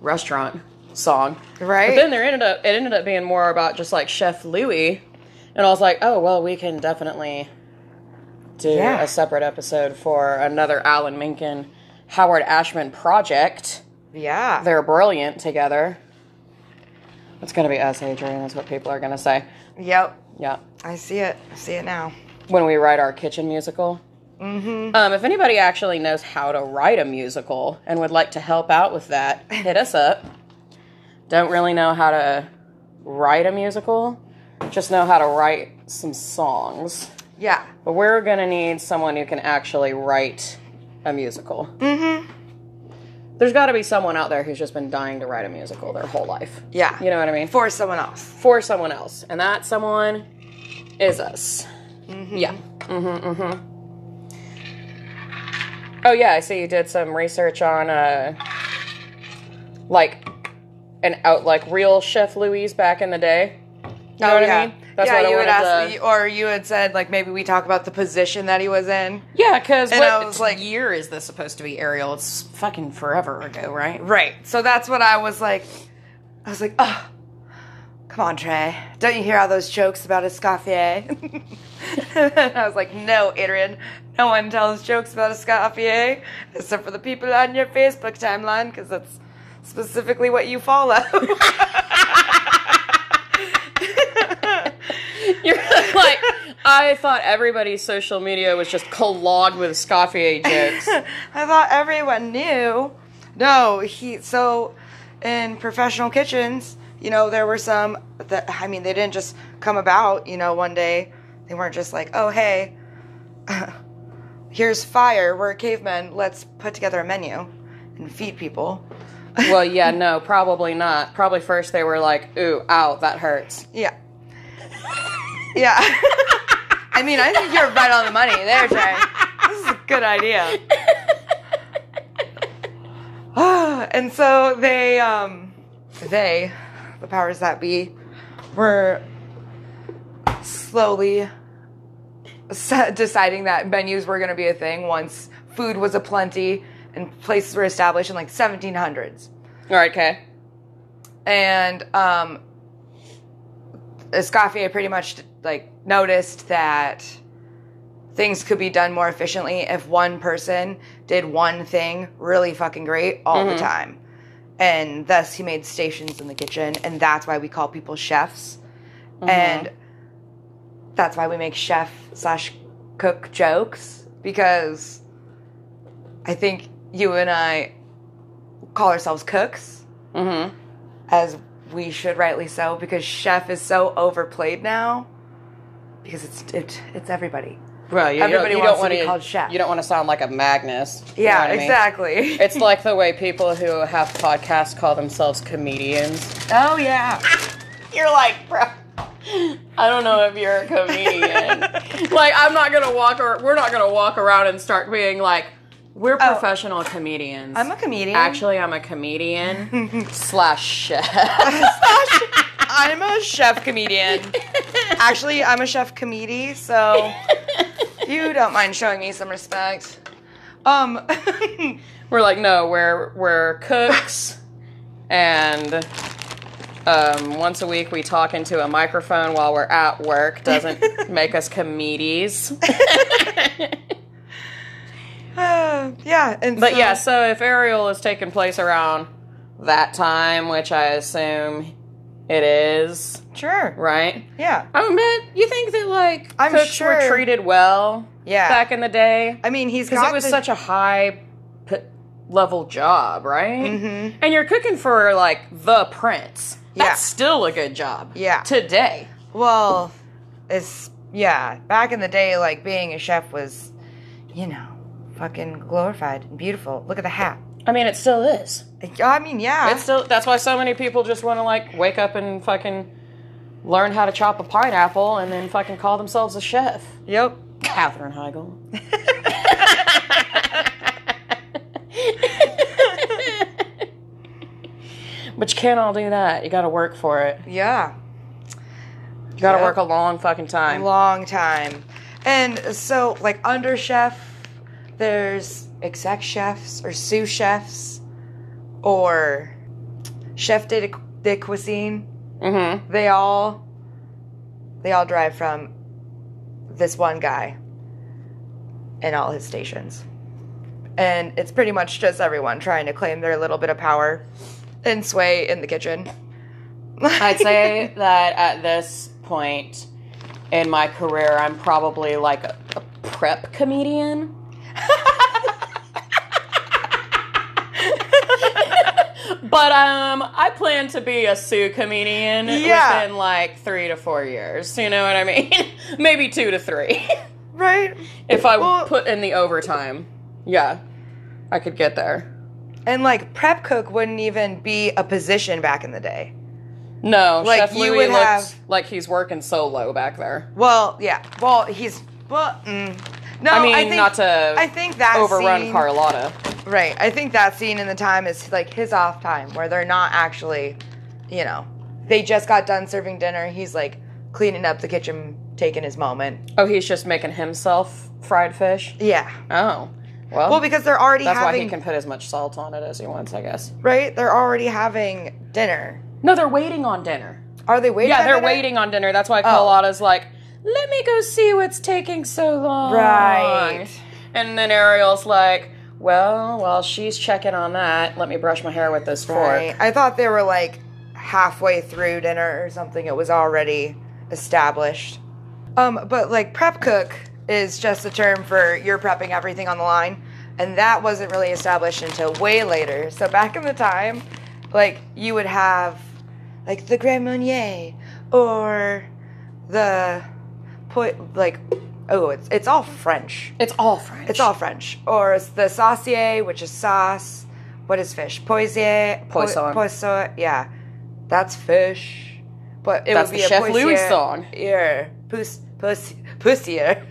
S1: restaurant song But
S2: Right?
S1: then there ended up it ended up being more about just like Chef Louis, and I was like, oh well, we can definitely do
S2: Yeah.
S1: a separate episode for another Alan Menken, Howard Ashman project.
S2: yeah.
S1: They're brilliant together. It's gonna be us, Adrian. That's what people are gonna say.
S2: yep.
S1: Yeah,
S2: I see it. I see it now.
S1: when we write our kitchen musical. Mm-hmm. Um, if anybody actually knows how to write a musical and would like to help out with that, hit us up. Don't really know how to write a musical, just know how to write some songs.
S2: Yeah.
S1: But we're gonna need someone who can actually write a musical. Mm-hmm. There's got to be someone out there who's just been dying to write a musical their whole life.
S2: Yeah.
S1: You know what I mean?
S2: For someone else.
S1: for someone else, and that someone is us. Yeah. Mm-hmm, mm-hmm. Oh yeah, I see you did some research on uh, like an out like real Chef Louise back in the day. You know what I mean? That's
S2: Oh, yeah,
S1: what I
S2: you had
S1: wanted
S2: asked,
S1: to-
S2: me- or you had said like maybe we talk about the position that he was in.
S1: Yeah, because
S2: And
S1: what
S2: I was like-
S1: year is this supposed to be, Ariel? It's fucking forever ago, right?
S2: Right. So that's what I was like. I was like, oh, Come on, Trey. Don't you hear all those jokes about Escoffier? and I was like, No, Adrian. No one tells jokes about Escoffier except for the people on your Facebook timeline because that's specifically what you follow.
S1: You're like, I thought everybody's social media was just clogged with Escoffier jokes.
S2: I thought everyone knew. No, he so in professional kitchens, you know, there were some that I mean, they didn't just come about, you know, one day. They weren't just like, "Oh, hey, here's fire. We're cavemen. Let's put together a menu and feed people."
S1: well, yeah, no, probably not. Probably first they were like, ooh, ow, that hurts.
S2: Yeah. yeah. I mean, I think you're right on the money there, Trey. This is a good idea. Ah, and so they, um, they, the powers that be, were slowly se- deciding that menus were going to be a thing once food was aplenty and places were established in like 1700s
S1: All right, okay.
S2: and um, Escoffier pretty much like noticed that things could be done more efficiently if one person did one thing really fucking great all the time, and thus he made stations in the kitchen, and that's why we call people chefs, and that's why we make chef slash cook jokes because I think you and I call ourselves cooks
S1: Mm hmm.
S2: as we should rightly so because chef is so overplayed now because it's it, it's everybody
S1: Well, you,
S2: Everybody
S1: don't, you
S2: wants
S1: don't
S2: to be
S1: wanna-
S2: called chef.
S1: You don't want to sound like a Magnus. you know
S2: yeah
S1: what I mean?
S2: exactly
S1: It's like the way people who have podcasts call themselves comedians.
S2: oh yeah
S1: You're like, bro. I don't know if you're a comedian. like, I'm not gonna walk or we're not gonna walk around and start being like, we're
S2: Oh.
S1: professional comedians.
S2: i'm a comedian
S1: Actually, I'm a comedian slash chef.
S2: i'm a chef comedian actually i'm a chef comedy so you don't mind showing me some respect um
S1: We're like, no, we're we're cooks, and um, once a week we talk into a microphone while we're at work. Doesn't make us comedies.
S2: yeah and
S1: But
S2: so-
S1: yeah, so if Ariel is taking place around that time, which I assume it is,
S2: sure
S1: right?
S2: yeah
S1: I mean, but Oh, you think that like
S2: I'm
S1: cooks were
S2: sure-
S1: treated well
S2: Yeah.
S1: back in the day
S2: i mean he's
S1: because
S2: got
S1: it was
S2: the-
S1: such a high p- level job, right? Mm-hmm. And you're cooking for like the prince. That's
S2: Yeah.
S1: still a good job.
S2: Yeah.
S1: Today.
S2: Well, it's yeah. Back in the day, like being a chef was, you know, fucking glorified and beautiful. Look at the hat.
S1: I mean, it still is.
S2: I mean, yeah.
S1: It's still that's why so many people just want to like wake up and fucking learn how to chop a pineapple and then fucking call themselves a chef.
S2: yep.
S1: Katherine Heigl. but you can't all do that. You got to work for it.
S2: Yeah.
S1: You got to
S2: Yep.
S1: work a long fucking time.
S2: Long time. And so, like under chef, there's exec chefs or sous chefs, or chef de, de cuisine.
S1: Mm-hmm.
S2: They all, they all derive from this one guy and all his stations. And it's pretty much just everyone trying to claim their little bit of power and sway in the kitchen.
S1: I'd say that at this point in my career, I'm probably like a, a prep comedian. but um, I plan to be a Sue comedian
S2: Yeah.
S1: within like three to four years. You know what I mean? Maybe two to three.
S2: right?
S1: if I
S2: Well-
S1: put in the overtime, yeah, I could get there.
S2: And like prep cook wouldn't even be a position back in the day.
S1: No,
S2: Like,
S1: Chef
S2: you
S1: Louis
S2: would
S1: looks
S2: have-
S1: like he's working solo back there.
S2: Well, yeah. Well, he's well. Mm. No,
S1: I mean,
S2: think,
S1: not to
S2: I think that
S1: overrun
S2: scene,
S1: Carlotta.
S2: Right. I think that scene in the time is like his off time where they're not actually, you know, they just got done serving dinner. He's like cleaning up the kitchen, taking his moment.
S1: Oh, he's just making himself fried fish.
S2: Yeah.
S1: Oh, well,
S2: Well, because they're already
S1: that's why
S2: having
S1: he can put as much salt on it as he wants, I guess.
S2: right? They're already having dinner.
S1: No, they're waiting on dinner.
S2: Are they waiting?
S1: Yeah,
S2: on
S1: they're
S2: dinner?
S1: waiting on dinner. That's why
S2: Oh.
S1: Carlotta's like, let me go see what's taking so long.
S2: Right.
S1: And then Ariel's like, well, while she's checking on that, let me brush my hair with this fork.
S2: Right. I thought they were like halfway through dinner or something. It was already established. Um, but like prep cook is just a term for you're prepping everything on the line, and that wasn't really established until way later. So back in the time, like you would have like the Grand Meunier or the po- like oh it's it's all French.
S1: It's all French.
S2: It's all French. Or it's the saucier, which is sauce. What is fish? Poisier. po-
S1: Poisson.
S2: Poisson. Yeah. That's fish. But it
S1: That's
S2: would
S1: the
S2: be
S1: Chef
S2: a
S1: Louis
S2: poisier-
S1: song.
S2: Yeah. Pus, pus, pussier.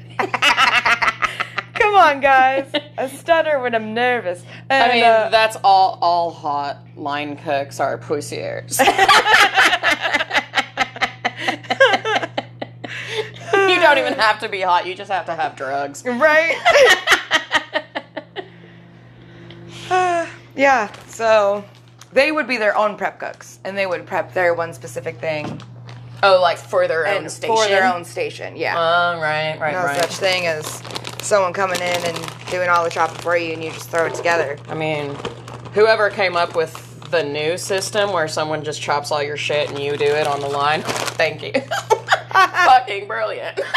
S2: Come on, guys. I stutter when I'm nervous. And,
S1: I mean,
S2: uh,
S1: that's all. All hot line cooks are poussiers. you don't even have to be hot. You just have to have drugs.
S2: right? yeah. So they would be their own prep cooks, and they would prep their one specific thing
S1: Oh, like for their own
S2: and
S1: station.
S2: for their own station. Yeah.
S1: Oh, right, right,
S2: no
S1: right.
S2: such thing as someone coming in and doing all the chopping for you and you just throw it together.
S1: I mean, whoever came up with the new system where someone just chops all your shit and you do it on the line, thank you. Fucking brilliant.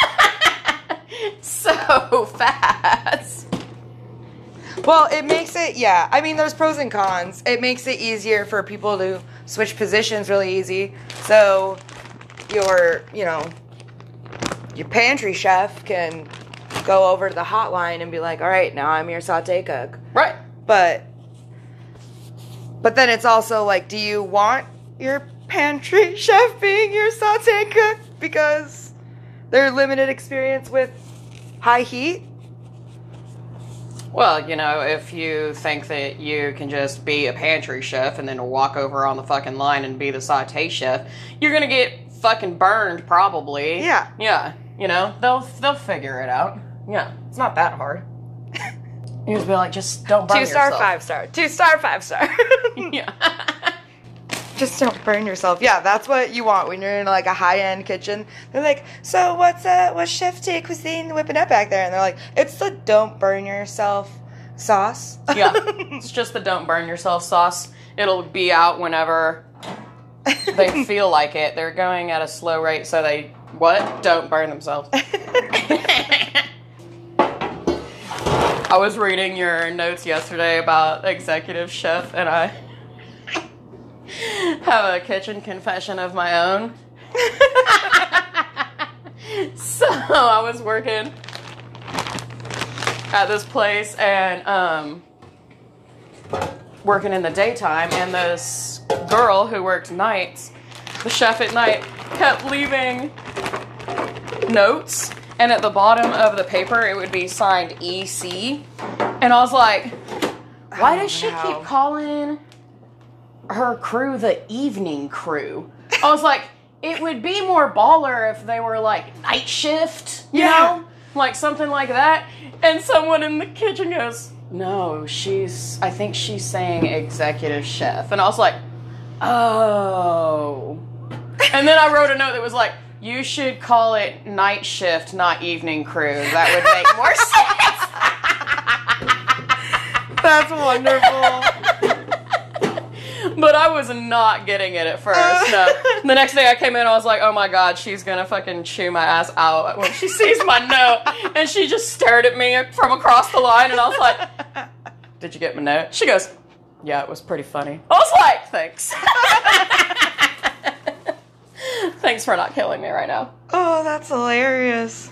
S1: so fast.
S2: Well, it makes it, yeah. I mean, there's pros and cons. It makes it easier for people to switch positions really easy. So your, you know, your pantry chef can go over to the hotline and be like, all right, now I'm your saute cook.
S1: Right.
S2: But, but then it's also like, do you want your pantry chef being your saute cook because their limited experience with high heat?
S1: Well, you know, if you think that you can just be a pantry chef and then walk over on the fucking line and be the saute chef, you're gonna get fucking burned probably.
S2: Yeah.
S1: Yeah. You know, they'll they'll figure it out. Yeah. It's not that hard. you just be like, just don't burn
S2: Two star,
S1: yourself.
S2: five star. Two star, five star.
S1: Yeah.
S2: Just don't burn yourself. Yeah, that's what you want when you're in like a high end kitchen. They're like, so what's uh what's chef de cuisine whipping up back there? And they're like, it's the don't burn yourself sauce.
S1: yeah. It's just the don't burn yourself sauce. It'll be out whenever they feel like it. They're going at a slow rate, so they what? Don't burn themselves. I was reading your notes yesterday about executive chef, and I have a kitchen confession of my own. so I was working at this place and um, working in the daytime, and this girl who worked nights, the chef at night, kept leaving notes, and at the bottom of the paper it would be signed EC, and I was like, why
S2: Oh,
S1: does she
S2: no.
S1: keep calling her crew the evening crew? I was like, it would be more baller if they were like night shift, you
S2: Yeah.
S1: know? Like something like that. And someone in the kitchen goes, No, she's, I think she's saying executive chef. And I was like, Oh. And then I wrote a note that was like, You should call it night shift, not evening crew. That would make more sense.
S2: That's wonderful.
S1: But I was not getting it at first. No. the next day I came in, I was like, oh my god, she's gonna fucking chew my ass out when she sees my note. And she just stared at me from across the line, and I was like, did you get my note? She goes, yeah, it was pretty funny. I was like, thanks. thanks for not killing me right now.
S2: oh, that's hilarious.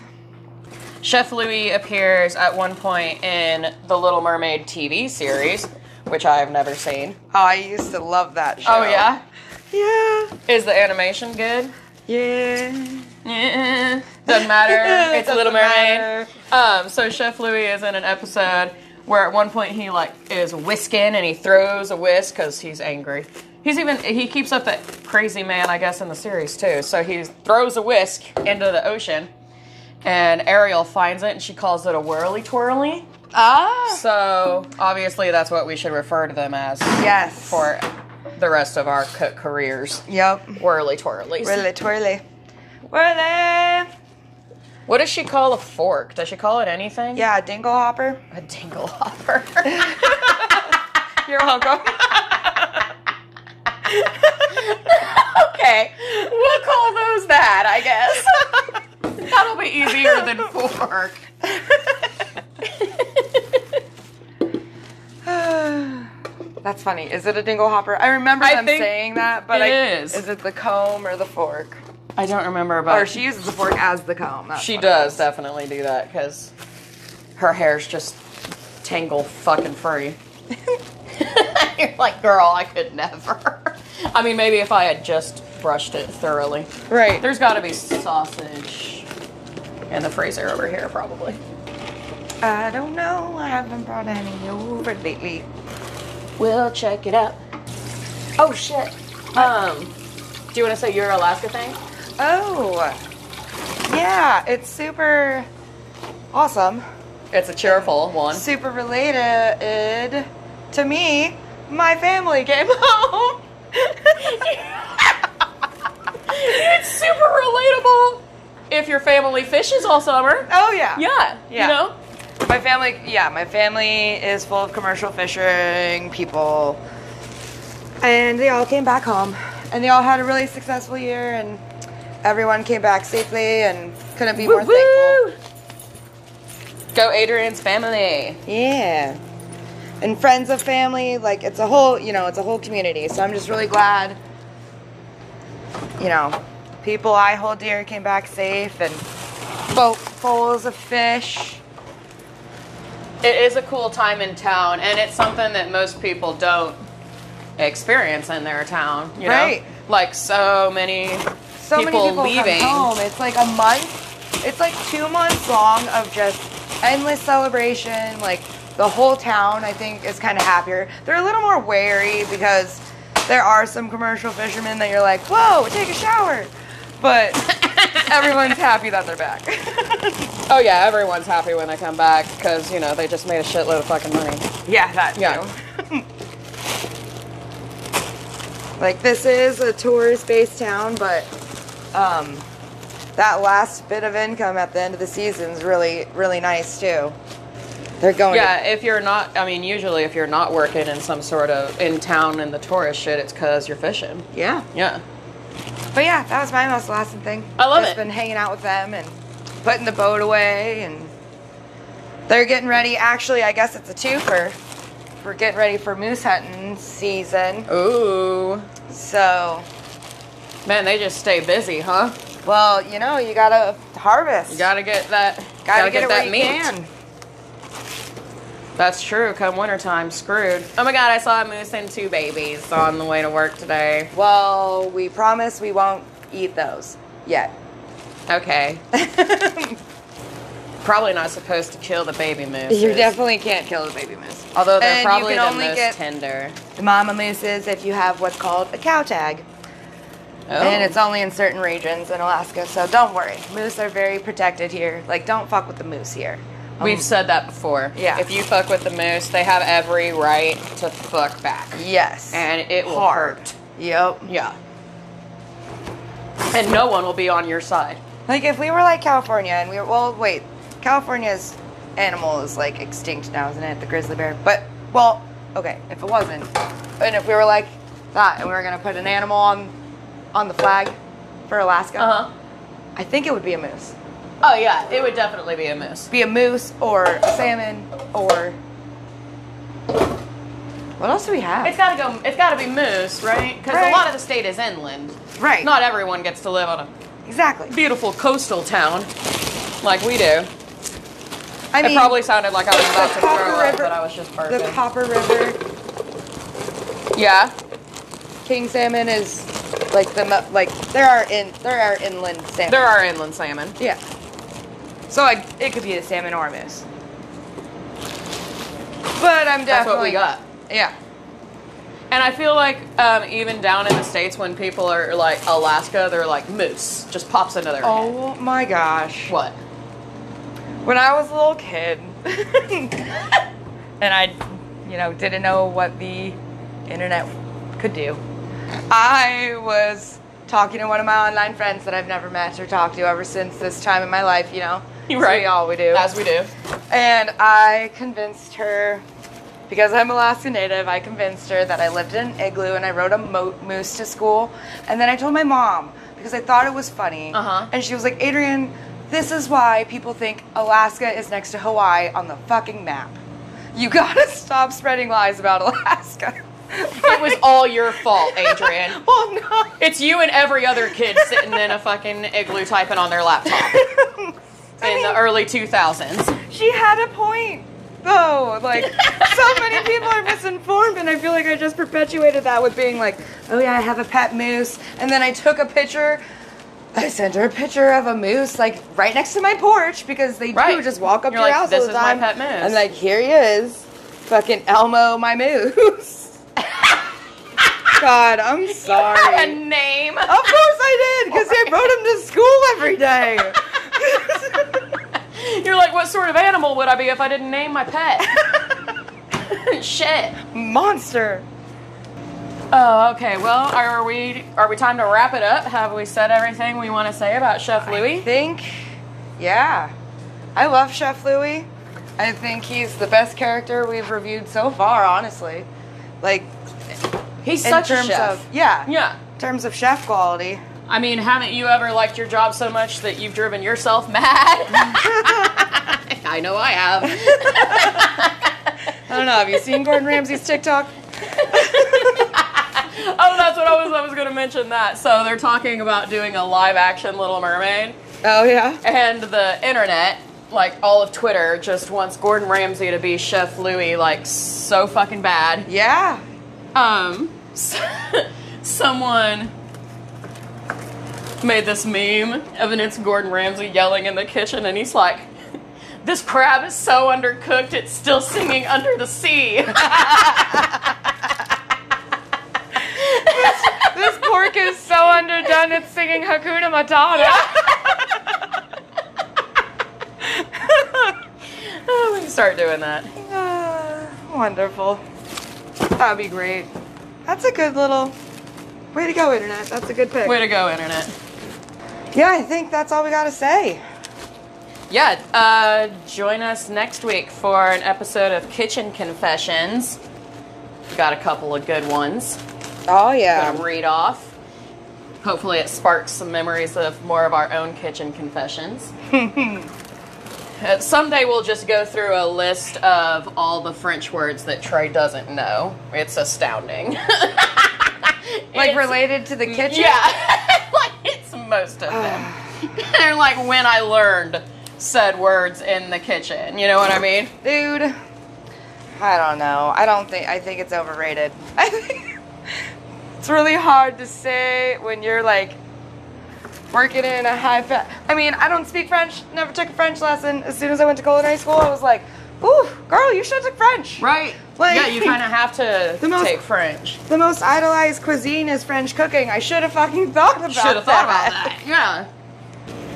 S1: Chef Louis appears at one point in the Little Mermaid TV series, which I have never seen.
S2: Oh, I used to love that show.
S1: Oh, yeah?
S2: Yeah.
S1: Is the animation good?
S2: Yeah.
S1: Eh, Doesn't matter. It's
S2: Doesn't
S1: Little Mermaid.
S2: matter.
S1: Um, so Chef Louis is in an episode where at one point he like is whisking and he throws a whisk because he's angry. He's even he keeps up that crazy man I guess in the series too. So he throws a whisk into the ocean, and Ariel finds it and she calls it a whirly twirly.
S2: Ah.
S1: So obviously that's what we should refer to them as
S2: Yes.
S1: for the rest of our cook careers
S2: Yep.
S1: whirly twirlies.
S2: Whirly twirly. Whirly.
S1: What does she call a fork? Does she call it anything?
S2: Yeah, dingle hopper.
S1: A dingle hopper.
S2: You're welcome.
S1: okay. We'll call those that, I guess. That'll be easier than fork.
S2: That's funny. Is it a dingle hopper? I remember
S1: I
S2: them
S1: think
S2: saying that, but
S1: it
S2: I,
S1: is.
S2: Is it the comb or the fork?
S1: I don't remember about
S2: Or she uses the fork as the comb. That's
S1: She
S2: what it is.
S1: does definitely do that because her hair's just tangle fucking free. You're like, girl, I could never. I mean, maybe if I had just brushed it thoroughly.
S2: Right.
S1: There's got to be sausage in the freezer over here, probably.
S2: I don't know. I haven't brought any over lately.
S1: We'll check it out. Oh shit. Um, do you want to say your Alaska thing?
S2: Oh, yeah. It's super awesome.
S1: It's a cheerful one.
S2: Super related to me. My family came home.
S1: it's super relatable if your family fishes all summer.
S2: oh yeah.
S1: Yeah.
S2: Yeah.
S1: You know?
S2: My family, yeah, my family is full of commercial fishing people. And they all came back home. And they all had a really successful year, and everyone came back safely and couldn't be more thankful.
S1: Go Adrian's family.
S2: Yeah. And friends of family, like it's a whole, you know, it's a whole community. So I'm just really glad, you know, people I hold dear came back safe and boat fulls of fish.
S1: It is a cool time in town, and it's something that most people don't experience in their town. You
S2: Right.
S1: Know? Like so many
S2: so
S1: people,
S2: many people
S1: leaving.
S2: come home. It's like a month. It's like two months long of just endless celebration. Like the whole town, I think, is kind of happier. They're a little more wary because there are some commercial fishermen that you're like, whoa, take a shower. But everyone's happy that they're back.
S1: Oh yeah, everyone's happy when they come back because you know they just made a shitload of fucking money.
S2: yeah, that
S1: Yeah.
S2: like this is a tourist-based town, but um, that last bit of income at the end of the season is really, really nice too. They're going.
S1: Yeah, if you're not, I mean, usually if you're not working in some sort of in town in the tourist shit, it's because you're fishing.
S2: To, yeah.
S1: Yeah.
S2: But yeah, that was my most lasting thing.
S1: I love
S2: Just
S1: it.
S2: been hanging out with them and putting the boat away, and they're getting ready. Actually, I guess it's a twofer. We're getting ready for moose hunting season,
S1: Ooh.
S2: so
S1: Man, they just stay busy, huh?
S2: Well, you know, you gotta harvest.
S1: You gotta get that.
S2: Gotta get, it
S1: that
S2: where you
S1: meat.
S2: can.
S1: That's true. Come wintertime, screwed. Oh my god, I saw a moose and two babies on the way to work today.
S2: Well, we promise we won't eat those yet.
S1: Okay. Probably not supposed to kill the baby moose.
S2: You definitely can't kill the baby moose.
S1: Although they're
S2: And you
S1: probably
S2: can
S1: the
S2: only
S1: most
S2: get-
S1: tender.
S2: The mama mooses, if you have what's called a cow tag,
S1: Oh.
S2: and it's only in certain regions in Alaska, so don't worry. Moose are very protected here. Like, don't fuck with the moose here.
S1: We've said that before.
S2: Yeah.
S1: If you fuck with the moose, they have every right to fuck back.
S2: Yes.
S1: And it will
S2: Hard.
S1: hurt.
S2: Yep.
S1: Yeah. And no one will be on your side.
S2: Like if we were like California and we were well, wait, California's animal is like extinct now, isn't it? The grizzly bear. But well, okay, if it wasn't, and if we were like that and we were gonna put an animal on on the flag for Alaska,
S1: Uh huh.
S2: I think it would be a moose.
S1: Oh yeah, it would definitely be a moose.
S2: Be a moose or a salmon or what else do we have?
S1: It's gotta go. It's gotta be moose, right? Because
S2: Right.
S1: a lot of the state is inland.
S2: right.
S1: Not everyone gets to live on a
S2: exactly.
S1: beautiful coastal town like we do.
S2: I mean,
S1: it probably sounded like I was about to
S2: the
S1: throw
S2: Copper
S1: up,
S2: River-
S1: but I was just
S2: the
S1: burping.
S2: Copper River
S1: yeah.
S2: king salmon is like the mo- like there are in there are inland salmon.
S1: There are inland salmon.
S2: Yeah. So I, it could be a salmon or a moose. But I'm definitely.
S1: That's what we got.
S2: Yeah.
S1: And I feel like um, even down in the states, when people are like Alaska, they're like moose just pops into their head.
S2: Oh my gosh.
S1: What?
S2: When I was a little kid, and I, you know, didn't know what the internet could do, I was talking to one of my online friends that I've never met or talked to ever since this time in my life, you know.
S1: You
S2: It's
S1: right.
S2: really all we do.
S1: As we do.
S2: And I convinced her, because I'm Alaska Native, I convinced her that I lived in an igloo and I rode a mo- moose to school. And then I told my mom because I thought it was funny.
S1: Uh-huh.
S2: And she was like, Adrian, this is why people think Alaska is next to Hawaii on the fucking map. You gotta stop spreading lies about Alaska.
S1: It was all your fault, Adrian.
S2: well, no.
S1: It's you and every other kid sitting in a fucking igloo typing on their laptop in the early 2000s.
S2: She had a point, though. Like, so many people are misinformed, and I feel like I just perpetuated that with being like, oh yeah, I have a pet moose. And then I took a picture, I sent her a picture of a moose, like, right next to my porch, because they do
S1: Right.
S2: just walk up
S1: You're
S2: to your
S1: like,
S2: house
S1: "This
S2: all the
S1: is my
S2: time.
S1: pet moose."
S2: I'm like, here he is. Fucking Elmo, my moose. God, I'm sorry.
S1: Had a name.
S2: Of course I did, because I rode him to school every day.
S1: You're like, what sort of animal would I be if I didn't name my pet? Shit.
S2: Monster.
S1: Oh, okay. Well, are we are we time to wrap it up? Have we said everything we want to say about Chef
S2: I
S1: Louis?
S2: think, yeah. I love Chef Louis. I think he's the best character we've reviewed so far, honestly. Like,
S1: He's
S2: in
S1: such
S2: terms
S1: a chef.
S2: of, yeah,
S1: yeah.
S2: in terms of chef quality.
S1: I mean, haven't you ever liked your job so much that you've driven yourself mad? I know I have.
S2: I don't know, have you seen Gordon Ramsay's TikTok?
S1: Oh, that's what I was. I was going to mention that. So they're talking about doing a live-action Little Mermaid,
S2: Oh, yeah.
S1: and the internet, like all of Twitter, just wants Gordon Ramsay to be Chef Louis, like so fucking bad.
S2: Yeah.
S1: Um, someone made this meme of and it's Gordon Ramsay yelling in the kitchen, and he's like, "This crab is so undercooked, it's still singing under the sea."
S2: This pork is so underdone, it's singing Hakuna Matata.
S1: Oh, we can start doing that.
S2: Ah, wonderful. That'd be great. That's a good little way to go, internet. That's a good pick.
S1: Way to go, internet.
S2: Yeah, I think that's all we gotta say.
S1: Yeah, uh, join us next week for an episode of Kitchen Confessions. Got a couple of good ones.
S2: Oh
S1: Gonna
S2: yeah.
S1: read off. Hopefully, it sparks some memories of more of our own kitchen confessions. Uh, someday we'll just go through a list of all the French words that Trey doesn't know. It's astounding.
S2: Like
S1: It's-
S2: related to the kitchen.
S1: Yeah, like it's most of them. They're like when I learned said words in the kitchen. You know what I mean?
S2: Dude. I don't know. I don't think I think it's overrated. I think it's really hard to say when you're like working in a high fat I mean, I don't speak French, never took a French lesson. As soon as I went to culinary school, I was like, ooh, girl, you should have took French.
S1: Right.
S2: Like-
S1: yeah, you kind of have to
S2: The most-
S1: take French.
S2: The most idolized cuisine is French cooking. I should have fucking thought about
S1: Should have thought about that.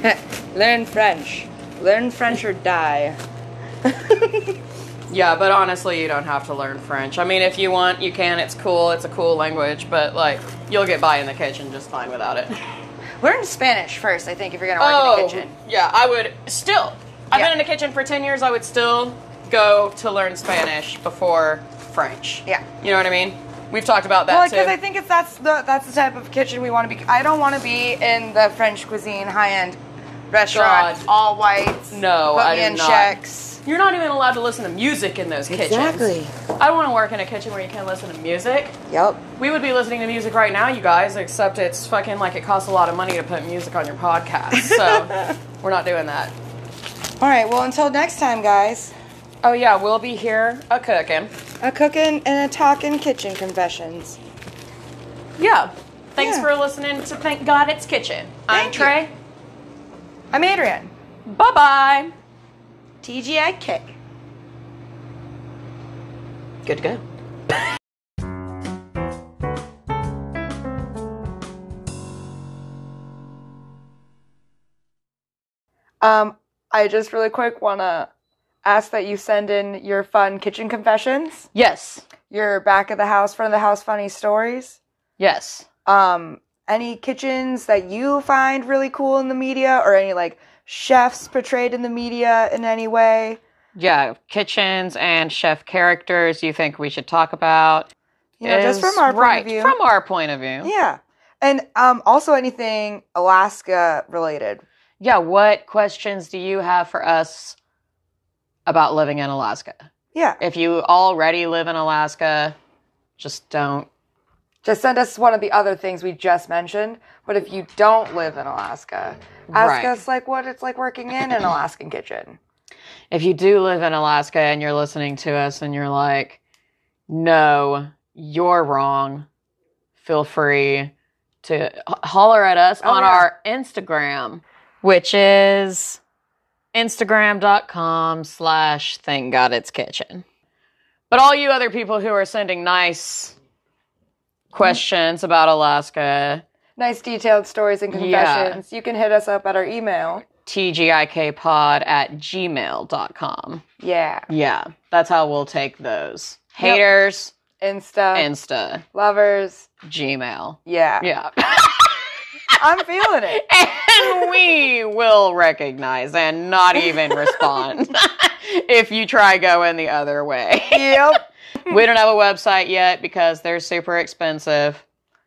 S1: Yeah.
S2: Learn French. Learn French or die.
S1: Yeah, but honestly, you don't have to learn French. I mean, if you want, you can. It's cool. It's a cool language, but like you'll get by in the kitchen just fine without it.
S2: Learn Spanish first, I think, if you're gonna work
S1: Oh.
S2: in the kitchen.
S1: yeah, I would still. I've
S2: Yeah.
S1: been in the kitchen for 10 years. I would still go to learn Spanish before French.
S2: Yeah.
S1: You know what I mean? We've talked about that
S2: Well,
S1: too.
S2: because I think it's that's the that's the type of kitchen we want to be. I don't want to be in the French cuisine, high end restaurant,
S1: God.
S2: all whites.
S1: No,
S2: put
S1: I
S2: me
S1: do
S2: in
S1: not.
S2: checks.
S1: You're not even allowed to listen to music in those kitchens.
S2: Exactly.
S1: I want to work in a kitchen where you can listen to music.
S2: Yep.
S1: We would be listening to music right now, you guys, except it's fucking like it costs a lot of money to put music on your podcast. So we're not doing that.
S2: All right. Well, until next time, guys.
S1: Oh, yeah, we'll be here a cooking.
S2: A cooking and a talking kitchen confessions.
S1: Yeah. Thanks
S2: Yeah.
S1: for listening to Thank God It's Kitchen. I'm
S2: Thank you.
S1: Trey.
S2: I'm Adrian.
S1: Bye bye.
S2: TGI Kick.
S1: Good to go.
S2: Um, I just really quick wanna ask that you send in your fun kitchen confessions,
S1: Yes.
S2: your back of the house, front of the house funny stories.
S1: Yes.
S2: Um, any kitchens that you find really cool in the media, or any like chefs portrayed in the media in any way?
S1: Yeah, kitchens and chef characters you think we should talk about.
S2: You know, just
S1: is-
S2: from our
S1: right,
S2: point of view.
S1: From our point of view.
S2: yeah, and um, also anything Alaska related.
S1: Yeah, what questions do you have for us about living in Alaska?
S2: Yeah,
S1: If you already live in Alaska, just don't.
S2: just send us one of the other things we just mentioned. But if you don't live in Alaska,
S1: Right.
S2: ask us like what it's like working in an Alaskan kitchen.
S1: If you do live in Alaska and you're listening to us and you're like, no, you're wrong, feel free to h- holler at us
S2: Oh,
S1: on
S2: yeah.
S1: our Instagram, which is instagram.com slash thing got its kitchen. But all you other people who are sending nice questions about Alaska,
S2: Nice detailed stories and
S1: Yeah.
S2: confessions. You can hit us up at our email.
S1: tgikpod at gmail.com.
S2: Yeah,
S1: Yeah, that's how we'll take those.
S2: Yep. Uh,
S1: Haters,
S2: Insta,
S1: Insta,
S2: lovers.
S1: Gmail.
S2: Yeah,
S1: Yeah.
S2: I'm feeling it.
S1: and we will recognize and not even respond if you try going the other way.
S2: Yep,
S1: we don't have a website yet because they're super expensive.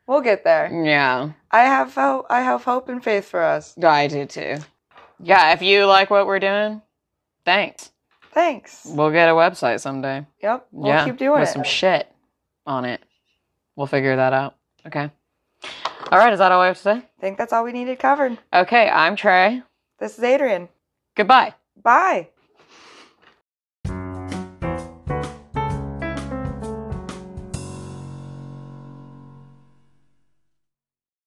S2: we'll get there.
S1: Yeah,
S2: I have hope. I have hope and faith for us.
S1: I do too. Yeah, if you like what we're doing, thanks.
S2: Thanks.
S1: We'll get a website someday.
S2: Yep, we'll
S1: yeah,
S2: keep doing
S1: with
S2: it.
S1: some shit on it. We'll figure that out. Okay. All right. Is that all I have to say?
S2: I think that's all we needed covered.
S1: Okay. I'm Trey.
S2: This is Adrian.
S1: Goodbye.
S2: Bye.